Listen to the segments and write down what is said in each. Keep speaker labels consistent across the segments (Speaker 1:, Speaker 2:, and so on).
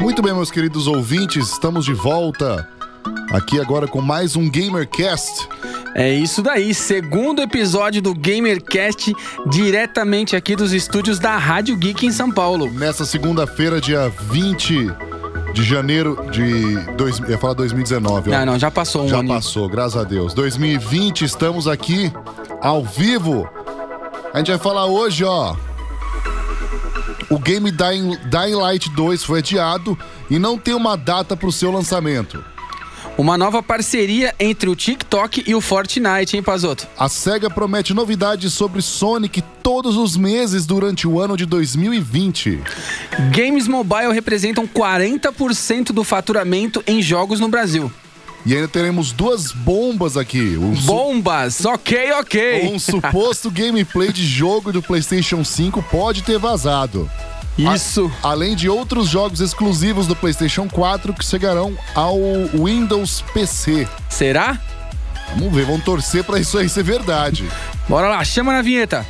Speaker 1: Muito bem, meus queridos ouvintes, estamos de volta aqui agora com mais um GamerCast.
Speaker 2: É isso daí, segundo episódio do GamerCast, diretamente aqui dos estúdios da Rádio Geek em São Paulo.
Speaker 1: Nessa segunda-feira, dia 20 de janeiro de. Dois, ia falar 2019, ó.
Speaker 2: Não, não, já passou um
Speaker 1: Já
Speaker 2: ano.
Speaker 1: passou, graças a Deus. 2020, estamos aqui ao vivo. A gente vai falar hoje, ó. O game Dying, Dying Light 2 foi adiado e não tem uma data pro seu lançamento.
Speaker 2: Uma nova parceria entre o TikTok e o Fortnite, hein, Pazoto?
Speaker 1: A SEGA promete novidades sobre Sonic todos os meses durante o ano de 2020.
Speaker 2: Games mobile representam 40% do faturamento em jogos no Brasil.
Speaker 1: E ainda teremos duas bombas aqui. Um, su-
Speaker 2: Bombas, ok, ok.
Speaker 1: um suposto gameplay de jogo do PlayStation 5 pode ter vazado.
Speaker 2: Isso.
Speaker 1: Além de outros jogos exclusivos do PlayStation 4 que chegarão ao Windows PC.
Speaker 2: Será?
Speaker 1: Vamos ver, vamos torcer pra isso aí ser verdade.
Speaker 2: Bora lá, chama na vinheta.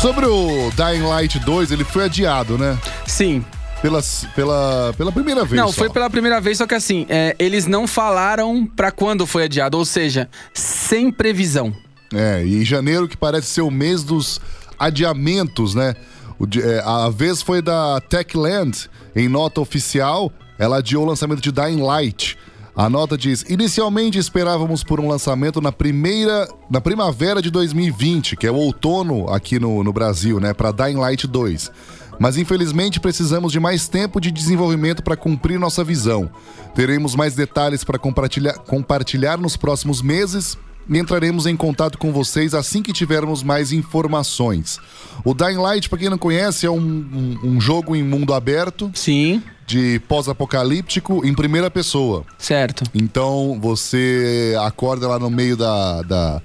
Speaker 1: Sobre o Dying Light 2, ele foi adiado, né?
Speaker 2: Sim.
Speaker 1: Pela, pela, pela primeira vez.
Speaker 2: não,
Speaker 1: só.
Speaker 2: foi pela primeira vez, só que assim, é, eles não falaram pra quando foi adiado, ou seja, sem previsão.
Speaker 1: É, e janeiro que parece ser o mês dos adiamentos, né? O di- é, a vez foi da Techland, em nota oficial, ela adiou o lançamento de Dying Light. A nota diz: inicialmente esperávamos por um lançamento na primeira, na primavera de 2020, que é o outono aqui no, no Brasil, né? Para Dying Light 2. Mas infelizmente precisamos de mais tempo de desenvolvimento para cumprir nossa visão. Teremos mais detalhes para compartilhar, compartilhar nos próximos meses e entraremos em contato com vocês assim que tivermos mais informações. O Dying Light, para quem não conhece, é um, um- um jogo em mundo aberto,
Speaker 2: Sim,
Speaker 1: de pós-apocalíptico, em primeira pessoa.
Speaker 2: certo.
Speaker 1: Então você acorda lá no meio da, da-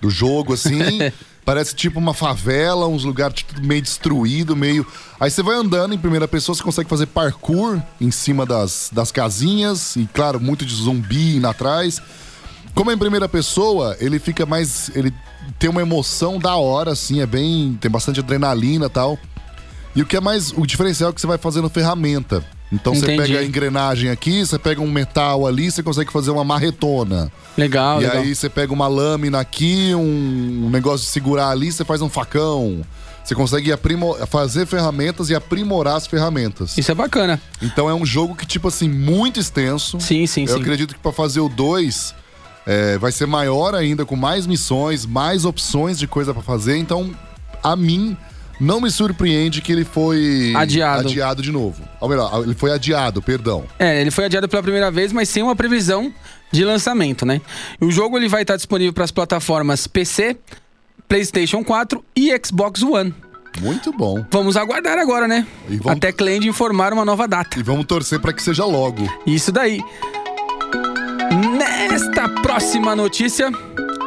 Speaker 1: do jogo, assim. Parece tipo uma favela, uns lugares tudo meio destruído, meio. Aí você vai andando em primeira pessoa, você consegue fazer parkour em cima das, das casinhas, e claro, muito de zumbi indo atrás. Como é em primeira pessoa, ele fica mais. Ele tem uma emoção da hora, assim, é bem. Tem bastante adrenalina e tal. E o que é mais. O diferencial é que você vai fazendo ferramenta. Então você
Speaker 2: Entendi.
Speaker 1: pega a engrenagem aqui, você pega um metal ali, você consegue fazer uma marretona.
Speaker 2: Legal,
Speaker 1: e
Speaker 2: Ah, legal.
Speaker 1: aí você pega uma lâmina aqui, um um negócio de segurar ali, você faz um facão. Você consegue aprimo- fazer ferramentas e aprimorar as ferramentas.
Speaker 2: Isso é bacana.
Speaker 1: Então é um jogo que, tipo assim, muito extenso.
Speaker 2: Sim, sim,
Speaker 1: Eu
Speaker 2: sim.
Speaker 1: acredito que para fazer o 2 vai ser maior ainda, com mais missões, mais opções de coisa para fazer. Então, a mim, não me surpreende que ele foi
Speaker 2: Adiado.
Speaker 1: adiado de novo. Ou melhor, ele foi adiado, perdão.
Speaker 2: É, ele foi adiado pela primeira vez, mas sem uma previsão de lançamento, né? E O jogo ele vai estar disponível para as plataformas PC, PlayStation 4 e Xbox One.
Speaker 1: Muito bom.
Speaker 2: Vamos aguardar agora, né?
Speaker 1: E vamos-
Speaker 2: Até Cland informar uma nova data.
Speaker 1: E vamos torcer para que seja logo.
Speaker 2: Isso daí. Nesta próxima notícia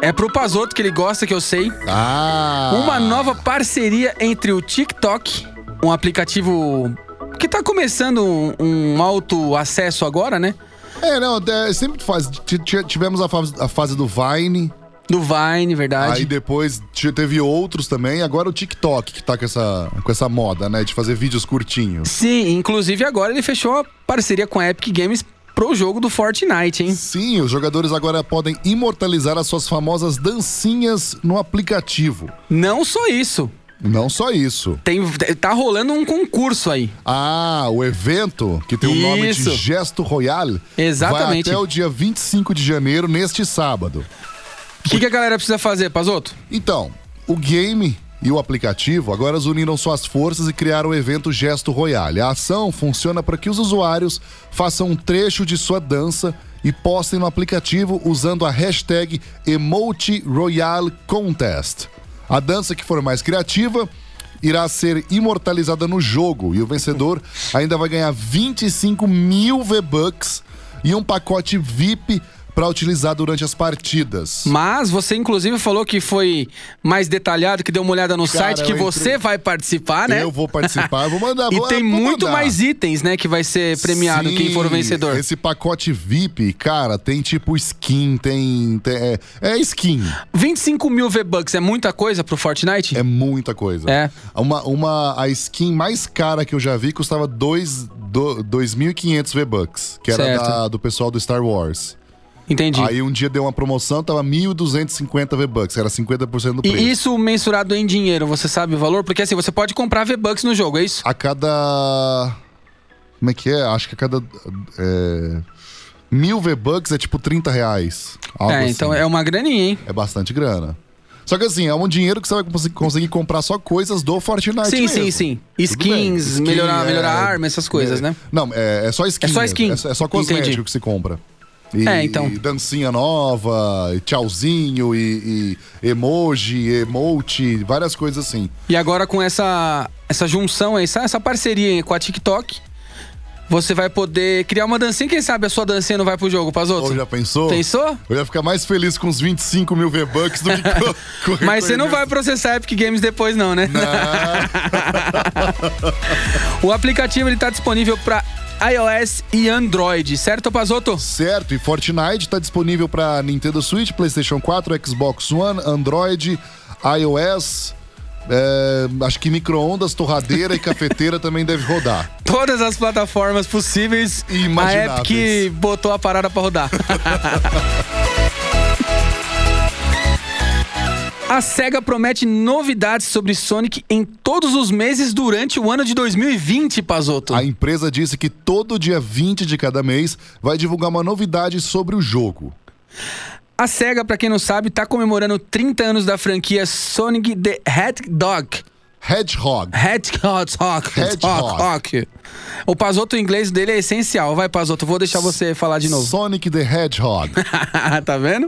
Speaker 2: é pro Pazoto que ele gosta, que eu sei.
Speaker 1: Ah!
Speaker 2: Uma nova parceria entre o TikTok, um aplicativo que tá começando um, um alto acesso agora, né?
Speaker 1: É, não, é, sempre faz. t- t- Tivemos a fase, a fase do Vine,
Speaker 2: Do Vine, verdade.
Speaker 1: aí depois t- teve outros também. Agora o TikTok que tá com essa, com essa moda, né? De fazer vídeos curtinhos.
Speaker 2: Sim, inclusive agora ele fechou a parceria com a Epic Games pro jogo do Fortnite, hein?
Speaker 1: Sim, os jogadores agora podem imortalizar as suas famosas dancinhas no aplicativo.
Speaker 2: Não só isso.
Speaker 1: Não só isso.
Speaker 2: Tem, tá rolando um concurso aí.
Speaker 1: Ah, o evento, que tem o nome de
Speaker 2: Isso.
Speaker 1: Gesto Royal,
Speaker 2: Exatamente.
Speaker 1: vai até o dia 25 de janeiro, neste sábado.
Speaker 2: O que, que a galera precisa fazer, Pazoto?
Speaker 1: Então, o game e o aplicativo agora uniram suas forças e criaram o evento Gesto Royale. A ação funciona para que os usuários façam um trecho de sua dança e postem no aplicativo usando a hashtag EmoteRoyaleContest. A dança que for mais criativa irá ser imortalizada no jogo e o vencedor ainda vai ganhar 25 mil V-Bucks e um pacote VIP para utilizar durante as partidas.
Speaker 2: Mas você inclusive falou que foi mais detalhado, que deu uma olhada no
Speaker 1: Cara,
Speaker 2: site, que
Speaker 1: eu
Speaker 2: você
Speaker 1: entrei-
Speaker 2: vai participar, né?
Speaker 1: Eu vou participar, eu vou mandar.
Speaker 2: E
Speaker 1: vou-
Speaker 2: tem
Speaker 1: vou
Speaker 2: muito
Speaker 1: mandar.
Speaker 2: mais itens, né, que vai ser premiado quem for o
Speaker 1: Sim,
Speaker 2: vencedor.
Speaker 1: Esse pacote VIP, cara, tem tipo skin, tem. tem- é, é skin.
Speaker 2: 25 mil V-Bucks é muita coisa pro Fortnite?
Speaker 1: É muita coisa.
Speaker 2: É.
Speaker 1: Uma, uma, a skin mais cara que eu já vi custava dois- do- 2.500 V-Bucks, que era
Speaker 2: Certo.
Speaker 1: da- do pessoal do Star Wars.
Speaker 2: Entendi.
Speaker 1: Aí um dia deu uma promoção, tava 1.250 V-Bucks, era 50% do
Speaker 2: E
Speaker 1: preço.
Speaker 2: isso mensurado em dinheiro, você sabe o valor? Porque assim, você pode comprar V-Bucks no jogo, é isso?
Speaker 1: A cada. Como é que é? Acho que a cada. é, Mil V-Bucks é tipo 30 reais. algo
Speaker 2: é,
Speaker 1: assim.
Speaker 2: então é uma graninha, hein?
Speaker 1: É bastante grana. Só que assim, é um dinheiro que você vai cons- conseguir comprar só coisas do Fortnite.
Speaker 2: Sim,
Speaker 1: mesmo.
Speaker 2: sim, sim.
Speaker 1: Ah, Tudo bem.
Speaker 2: Skins,
Speaker 1: Skin,
Speaker 2: melhorar,
Speaker 1: é,
Speaker 2: melhorar a arma, essas coisas,
Speaker 1: é,
Speaker 2: né?
Speaker 1: Não, é, é só skin.
Speaker 2: É só
Speaker 1: mesmo.
Speaker 2: skin.
Speaker 1: É, só- é só cosmético
Speaker 2: Entendi.
Speaker 1: que se compra. E,
Speaker 2: É, então.
Speaker 1: e dancinha nova, e tchauzinho, e, e emoji, emote, várias coisas assim.
Speaker 2: E agora com essa, essa junção, essa, essa parceria com a TikTok, você vai poder criar uma dancinha. Quem sabe a sua dancinha não vai pro jogo, pras
Speaker 1: Ou
Speaker 2: outras?
Speaker 1: já pensou?
Speaker 2: Pensou?
Speaker 1: Eu ia ficar mais feliz com os 25 mil V-Bucks do que com, com
Speaker 2: Mas você não vai processar Epic Games depois, não, né? o aplicativo ele tá disponível para iOS e Android, certo, Pazoto?
Speaker 1: Certo, e Fortnite tá disponível para Nintendo Switch, PlayStation 4, Xbox One, Android, iOS. é, acho que micro-ondas, torradeira e cafeteira também deve rodar.
Speaker 2: Todas as plataformas possíveis.
Speaker 1: E
Speaker 2: A
Speaker 1: imagináveis.
Speaker 2: Epic botou a parada pra rodar. A SEGA promete novidades sobre Sonic em todos os meses durante o ano de 2020, Pazoto.
Speaker 1: A empresa disse que todo dia 20 de cada mês vai divulgar uma novidade sobre o jogo.
Speaker 2: A SEGA, pra quem não sabe, tá comemorando 30 anos da franquia Sonic the Hedgehog.
Speaker 1: Hedgehog.
Speaker 2: Hedgehog.
Speaker 1: Hedgehog.
Speaker 2: Hedgehog. O Pazoto em inglês dele é essencial. Vai, Pazoto, vou deixar você falar de novo.
Speaker 1: Sonic the Hedgehog.
Speaker 2: tá vendo?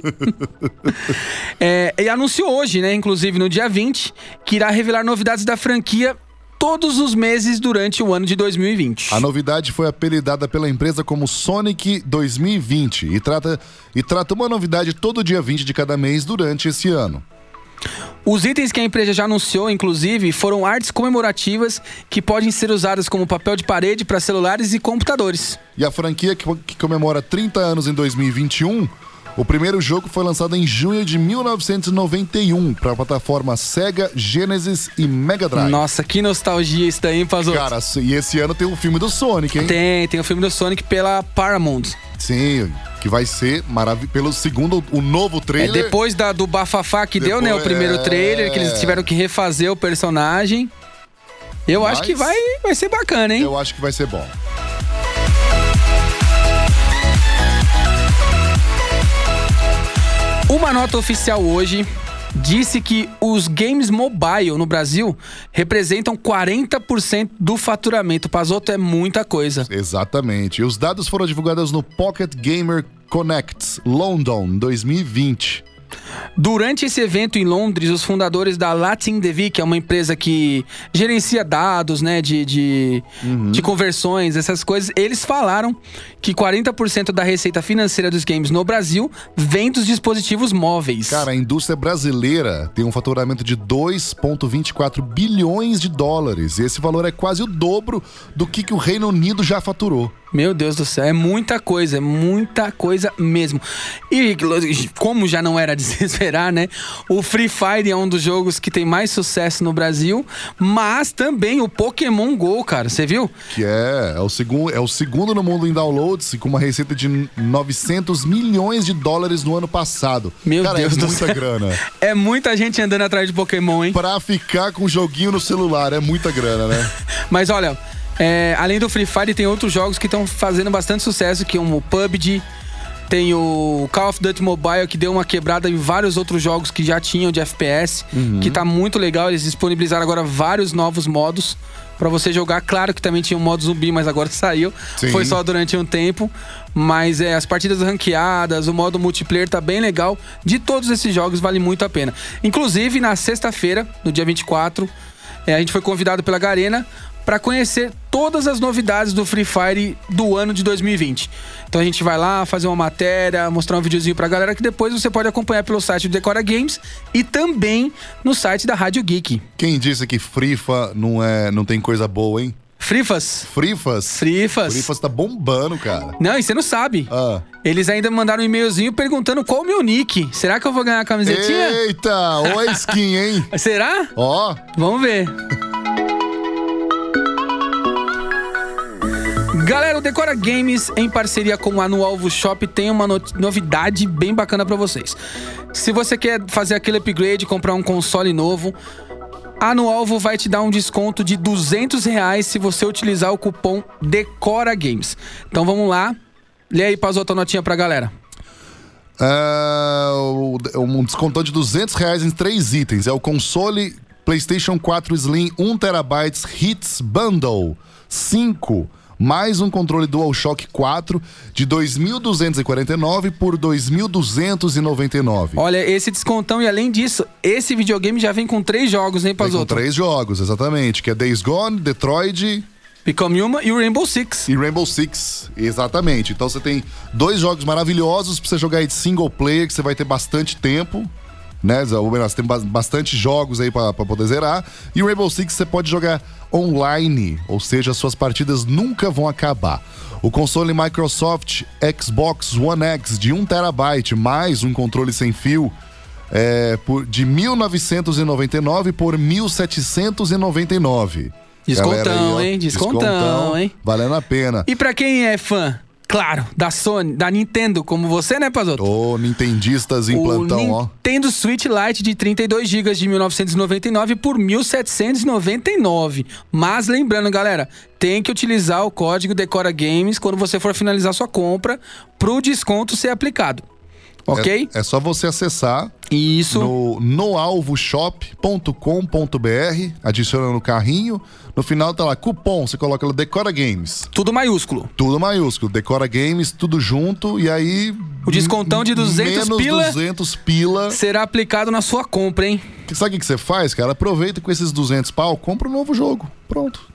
Speaker 2: É, e anunciou hoje, né, inclusive no dia 20, que irá revelar novidades da franquia todos os meses durante o ano de 2020.
Speaker 1: A novidade foi apelidada pela empresa como Sonic 2020 e trata, e trata uma novidade todo dia 20 de cada mês durante esse ano.
Speaker 2: Os itens que a empresa já anunciou, inclusive, foram artes comemorativas que podem ser usadas como papel de parede para celulares e computadores.
Speaker 1: E a franquia que, que comemora 30 anos em 2021, o primeiro jogo foi lançado em junho de 1991 para a um plataforma Sega, Genesis e Mega Drive.
Speaker 2: Nossa, que nostalgia isso daí, hein, Pazoto?
Speaker 1: Cara, e esse ano tem o filme do Sonic, hein?
Speaker 2: Tem, tem o filme do Sonic pela Paramount.
Speaker 1: Sim, que vai ser maravilhoso. Pelo segundo, o novo
Speaker 2: É,
Speaker 1: trailer.
Speaker 2: depois da, do bafafá que deu, né? O
Speaker 1: Depois-
Speaker 2: primeiro
Speaker 1: é.
Speaker 2: trailer, que eles tiveram que refazer o personagem. Eu acho
Speaker 1: Mas-
Speaker 2: que vai, vai ser bacana, hein?
Speaker 1: Eu acho que vai ser bom.
Speaker 2: Uma nota oficial hoje disse que os games mobile no Brasil representam 40% do faturamento. Pazoto é muita coisa.
Speaker 1: Exatamente. E os dados foram divulgados no Pocket Gamer Connects London 2020.
Speaker 2: Durante esse evento em Londres, os fundadores da LatinDev, que é uma empresa que gerencia dados, né, de, de, de conversões, essas coisas, eles falaram que 40% da receita financeira dos games no Brasil vem dos dispositivos móveis.
Speaker 1: Cara, a indústria brasileira tem um faturamento de 2,24 bilhões de dólares. E esse valor é quase o dobro do que, que o Reino Unido já faturou.
Speaker 2: Meu Deus do céu, é muita coisa, é muita coisa mesmo. E como já não era de se esperar, né? O Free Fire é um dos jogos que tem mais sucesso no Brasil, mas também o Pokémon GO, cara, você viu?
Speaker 1: Que é, é, o segundo, é o segundo no mundo em downloads, com uma receita de 900 milhões de dólares no ano passado.
Speaker 2: Meu
Speaker 1: Cara,
Speaker 2: Deus
Speaker 1: é
Speaker 2: do
Speaker 1: muita
Speaker 2: céu.
Speaker 1: grana.
Speaker 2: É muita gente andando atrás de Pokémon, hein?
Speaker 1: Pra ficar com o joguinho no celular, é muita grana, né?
Speaker 2: Mas olha, é, além do Free Fire, tem outros jogos que estão fazendo bastante sucesso, que é o PUBG, tem o Call of Duty Mobile, que deu uma quebrada em vários outros jogos que já tinham de FPS, que tá muito legal. Eles disponibilizaram agora vários novos modos pra você jogar. Claro que também tinha um modo zumbi, mas agora saiu.
Speaker 1: Sim.
Speaker 2: Foi só durante um tempo. Mas é, as partidas ranqueadas, o modo multiplayer tá bem legal. De todos esses jogos, vale muito a pena. Inclusive, na sexta-feira, no dia 24, é, a gente foi convidado pela Garena para conhecer todas as novidades do Free Fire do ano de 2020. Então a gente vai lá fazer uma matéria, mostrar um videozinho pra galera que depois você pode acompanhar pelo site do Decora Games e também no site da Rádio Geek.
Speaker 1: Quem disse que Frifa não, é, não tem coisa boa, hein?
Speaker 2: Frifas?
Speaker 1: Frifas?
Speaker 2: Frifas.
Speaker 1: Frifas tá bombando, cara.
Speaker 2: Não, e você não sabe.
Speaker 1: Ah.
Speaker 2: Eles ainda mandaram um e-mailzinho perguntando qual o meu nick. Será que eu vou ganhar a camisetinha?
Speaker 1: Eita, ou a skin, hein?
Speaker 2: Será?
Speaker 1: Ó,
Speaker 2: Vamos ver. Galera, o Decora Games, em parceria com o Anualvo Shop, tem uma no- novidade bem bacana pra vocês. Se você quer fazer aquele upgrade, comprar um console novo, a Anualvo vai te dar um desconto de 200 reais se você utilizar o cupom Decora Games. Então vamos lá. Lê aí, Pazoto, a notinha pra galera.
Speaker 1: ah, o- um descontão de 200 reais em três itens. É o console PlayStation 4 Slim 1TB Hits Bundle 5. Mais um controle DualShock 4 de 2.249 por 2.299.
Speaker 2: Olha, esse descontão e além disso, esse videogame já vem com três jogos, hein,
Speaker 1: Tem com
Speaker 2: Pazoto?
Speaker 1: três jogos, exatamente. Que é Days Gone, Detroit
Speaker 2: Become Human e o Rainbow Six.
Speaker 1: e Rainbow Six. Exatamente. Então você tem dois jogos maravilhosos pra você jogar aí de single player, que você vai ter bastante tempo. Né, Zé? Ou melhor, você tem ba- bastante jogos aí pra pra poder zerar. E o Rainbow Six você pode jogar online, ou seja, suas partidas nunca vão acabar. O console Microsoft Xbox One X de 1TB, mais um controle sem fio, é, por, de 1999 por 1799.
Speaker 2: Descontão,
Speaker 1: Galera ó,
Speaker 2: hein? Descontão, hein?
Speaker 1: Valendo a pena.
Speaker 2: E pra quem é fã, claro, da Sony, da Nintendo, como você, né, Pazoto?
Speaker 1: Ô, nintendistas em
Speaker 2: o
Speaker 1: plantão, ó.
Speaker 2: Nintendo Switch Lite de 32 GB de 1999 por 1799. Mas lembrando, galera, tem que utilizar o código Decora Games quando você for finalizar sua compra pro desconto ser aplicado. Ok?
Speaker 1: É, é só você acessar
Speaker 2: Isso.
Speaker 1: no noalvoshop.com.br, adiciona no carrinho. No final tá lá, cupom, você coloca lá Decora Games.
Speaker 2: Tudo maiúsculo.
Speaker 1: Tudo maiúsculo, Decora Games, tudo junto. E aí.
Speaker 2: O descontão de 200
Speaker 1: menos
Speaker 2: pila.
Speaker 1: 200 pila.
Speaker 2: Será aplicado na sua compra, hein?
Speaker 1: Sabe o que que você faz, cara? Aproveita com esses 200 pau, compra um novo jogo. Pronto.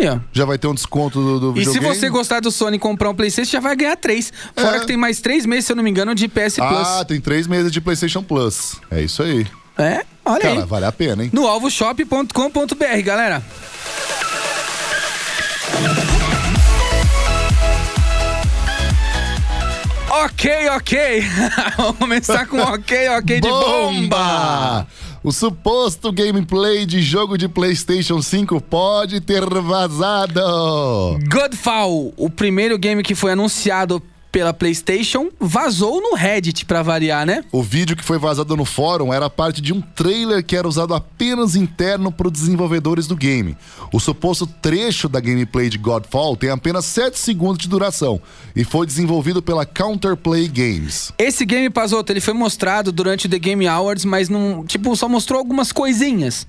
Speaker 2: Aí, ó.
Speaker 1: Já vai ter um desconto do, do
Speaker 2: E se
Speaker 1: videogame.
Speaker 2: você gostar do Sony e comprar um PlayStation, já vai ganhar três. Fora
Speaker 1: É.
Speaker 2: que tem mais três meses, se eu não me engano, de PS
Speaker 1: Ah,
Speaker 2: Plus.
Speaker 1: tem três meses de PlayStation Plus. É isso aí.
Speaker 2: É, olha
Speaker 1: Cara,
Speaker 2: aí.
Speaker 1: vale a pena, hein?
Speaker 2: No alvoshop.com.br, galera. Ok, ok. Vamos começar com ok, ok de bomba.
Speaker 1: O suposto gameplay de jogo de PlayStation 5 pode ter vazado.
Speaker 2: Godfall, o primeiro game que foi anunciado pela PlayStation, vazou no Reddit, pra variar, né?
Speaker 1: O vídeo que foi vazado no fórum era parte de um trailer que era usado apenas interno para os desenvolvedores do game. O suposto trecho da gameplay de Godfall tem apenas 7 segundos de duração e foi desenvolvido pela Counterplay Games.
Speaker 2: Esse game, Pazoto, ele foi mostrado durante o The Game Awards, mas não. Tipo, só mostrou algumas coisinhas.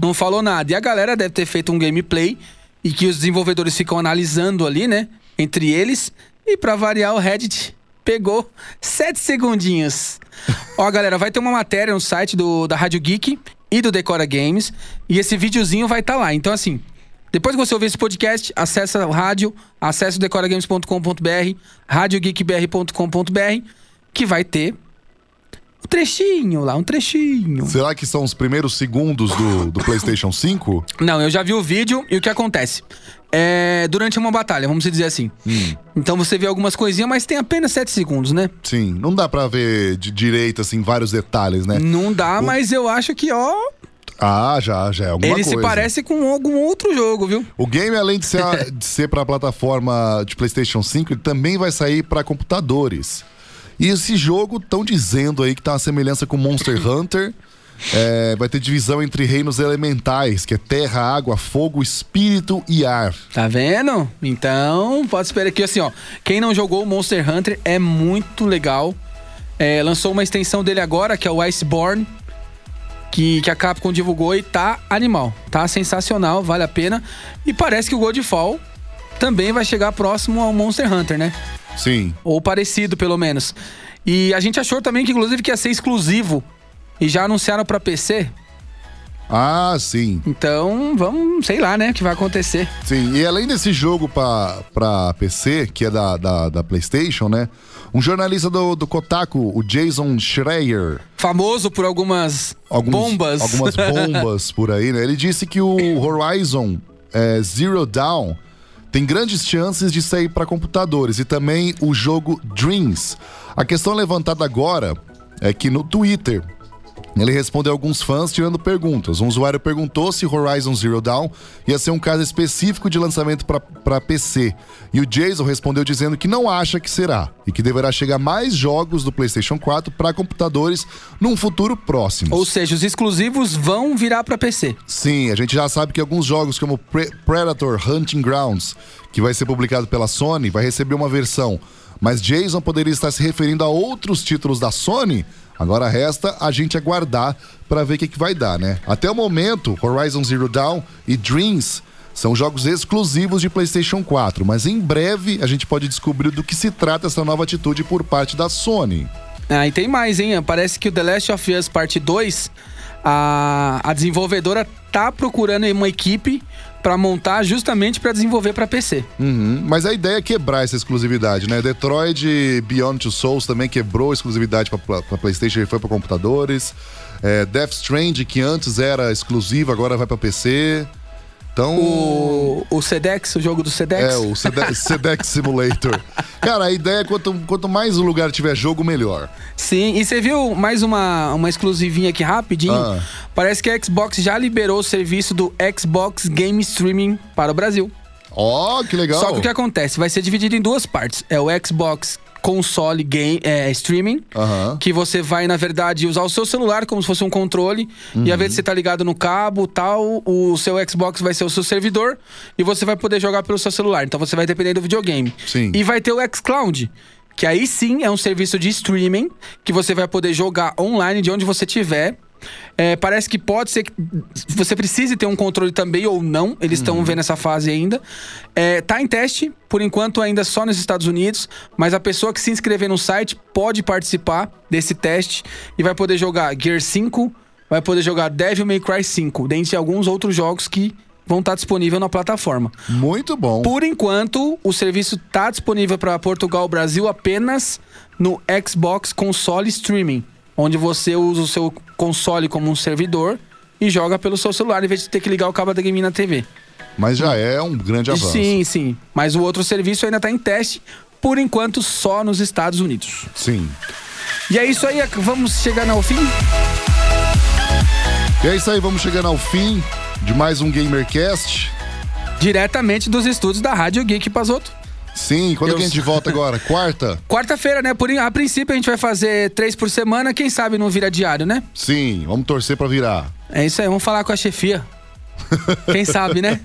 Speaker 2: Não falou nada. E a galera deve ter feito um gameplay e que os desenvolvedores ficam analisando ali, né? Entre eles. E pra variar, o Reddit pegou sete segundinhos. Ó, galera, vai ter uma matéria no site do, da Rádio Geek e do Decora Games. E esse videozinho vai estar lá. Então, assim, depois que você ouvir esse podcast, acessa o rádio, acessa o decoragames.com.br, radiogeekbr.com.br, que vai ter um trechinho lá, um trechinho.
Speaker 1: Será que são os primeiros segundos do, do PlayStation 5?
Speaker 2: Não, eu já vi o vídeo e o que acontece? É, durante uma batalha, vamos dizer assim. Então você vê algumas coisinhas, mas tem apenas 7 segundos, né?
Speaker 1: Sim, não dá pra ver de direito, assim, vários detalhes, né?
Speaker 2: Não dá, mas eu acho que, ó,
Speaker 1: Ah, já, já é alguma
Speaker 2: ele
Speaker 1: coisa.
Speaker 2: se parece com algum outro jogo, viu?
Speaker 1: O game, além de ser, a- de ser para a plataforma de PlayStation 5, ele também vai sair para computadores. E esse jogo, estão dizendo aí que tá uma semelhança com Monster Hunter. É, vai ter divisão entre reinos elementais, que é terra, água, fogo, espírito e ar.
Speaker 2: Tá vendo? Então, pode esperar aqui assim, ó. Quem não jogou o Monster Hunter é muito legal. É, lançou uma extensão dele agora, que é o Iceborne, que, que a Capcom divulgou e tá animal. Tá sensacional, vale a pena. E parece que o Godfall também vai chegar próximo ao Monster Hunter, né?
Speaker 1: Sim.
Speaker 2: Ou parecido, pelo menos. E a gente achou também que, inclusive, que ia ser exclusivo. E já anunciaram pra PC.
Speaker 1: Ah, sim.
Speaker 2: Então, vamos, sei lá, né, o que vai acontecer.
Speaker 1: Sim, e além desse jogo pra, pra PC, que é da, da, da PlayStation, né? Um jornalista do, do Kotaku, o Jason Schreier,
Speaker 2: Famoso por algumas
Speaker 1: alguns-
Speaker 2: bombas.
Speaker 1: algumas bombas por aí, né? Ele disse que o Horizon é, Zero Dawn tem grandes chances de sair para computadores e também o jogo Dreams. A questão levantada agora é que no Twitter ele respondeu alguns fãs tirando perguntas. Um usuário perguntou se Horizon Zero Dawn ia ser um caso específico de lançamento para PC. E o Jason respondeu dizendo que não acha que será e que deverá chegar mais jogos do PlayStation 4 para computadores num futuro próximo.
Speaker 2: Ou seja, os exclusivos vão virar pra PC.
Speaker 1: Sim, a gente já sabe que alguns jogos como Pre- Predator Hunting Grounds, que vai ser publicado pela Sony, vai receber uma versão. Mas Jason poderia estar se referindo a outros títulos da Sony. Agora resta a gente aguardar para ver o que, que vai dar, né? Até o momento, Horizon Zero Dawn e Dreams são jogos exclusivos de PlayStation 4, mas em breve a gente pode descobrir do que se trata essa nova atitude por parte da Sony.
Speaker 2: Ah, e tem mais, hein? Parece que o The Last of Us Parte 2, a, a desenvolvedora tá procurando uma equipe pra montar justamente pra desenvolver pra PC.
Speaker 1: Uhum, Mas a ideia é quebrar essa exclusividade, né? Detroit Beyond Two Souls também quebrou a exclusividade para PlayStation e foi para computadores. É, Death Strange, que antes era exclusiva, agora vai para PC. Então.
Speaker 2: O, o Sedex, o jogo do Sedex.
Speaker 1: É, o Sede- Sedex Simulator. Cara, a ideia é quanto, quanto mais o lugar tiver jogo, melhor.
Speaker 2: Sim, e você viu mais uma, uma exclusivinha aqui rapidinho?
Speaker 1: Ah.
Speaker 2: Parece que a Xbox já liberou o serviço do Xbox Game Streaming para o Brasil.
Speaker 1: Ó, que legal.
Speaker 2: Só que o que acontece? Vai ser dividido em duas partes. É o Xbox Console Game é, Streaming,
Speaker 1: Aham.
Speaker 2: que você vai, na verdade, usar o seu celular como se fosse um controle. E às vezes você tá ligado no cabo tal, o seu Xbox vai ser o seu servidor e você vai poder jogar pelo seu celular. Então você vai depender do videogame.
Speaker 1: Sim.
Speaker 2: E vai ter o xCloud. Que aí sim é um serviço de streaming que você vai poder jogar online de onde você estiver. É, parece que pode ser que você precise ter um controle também ou não. Eles estão vendo essa fase ainda. É, tá em teste, por enquanto ainda só nos Estados Unidos, mas a pessoa que se inscrever no site pode participar desse teste e vai poder jogar Gear 5, vai poder jogar Devil May Cry 5, dentre alguns outros jogos que vão estar disponíveis na plataforma.
Speaker 1: Muito bom.
Speaker 2: Por enquanto, o serviço tá disponível para Portugal e Brasil apenas no Xbox Console Streaming, onde você usa o seu console como um servidor e joga pelo seu celular em vez de ter que ligar o cabo da game na TV.
Speaker 1: Mas já é um grande avanço.
Speaker 2: Sim, sim. Mas o outro serviço ainda tá em teste, por enquanto só nos Estados Unidos.
Speaker 1: Sim.
Speaker 2: E é isso aí, vamos chegar ao fim?
Speaker 1: E é isso aí, vamos chegando ao fim de mais um Gamercast.
Speaker 2: Diretamente dos estúdios da Rádio Geek Pazoto.
Speaker 1: Sim, quando
Speaker 2: Eu-
Speaker 1: que a gente volta agora? Quarta?
Speaker 2: Quarta-feira, né? Por, a princípio a gente vai fazer três por semana, quem sabe não vira diário, né?
Speaker 1: Sim, vamos torcer pra virar.
Speaker 2: É isso aí, vamos falar com a chefia. Quem sabe, né?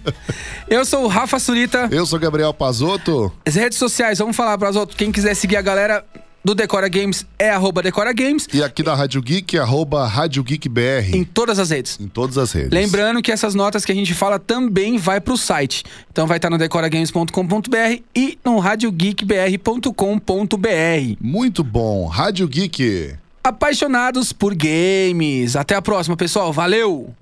Speaker 2: Eu sou o Rafa Surita.
Speaker 1: Eu sou Gabriel Pazotto.
Speaker 2: As redes sociais, vamos falar para os outros. Quem quiser seguir a galera do Decora Games é arroba Decora Games
Speaker 1: E aqui da Rádio Geek, arroba Rádio Geek BR.
Speaker 2: em
Speaker 1: Em...
Speaker 2: todas as redes.
Speaker 1: todas as redes.
Speaker 2: Lembrando que essas notas que a gente fala também vai pro site. Então vai estar no decoragames.com.br e no radiogeekbr.com.br.
Speaker 1: Muito bom. Rádio Geek.
Speaker 2: Apaixonados por games. Até a próxima, pessoal. Valeu!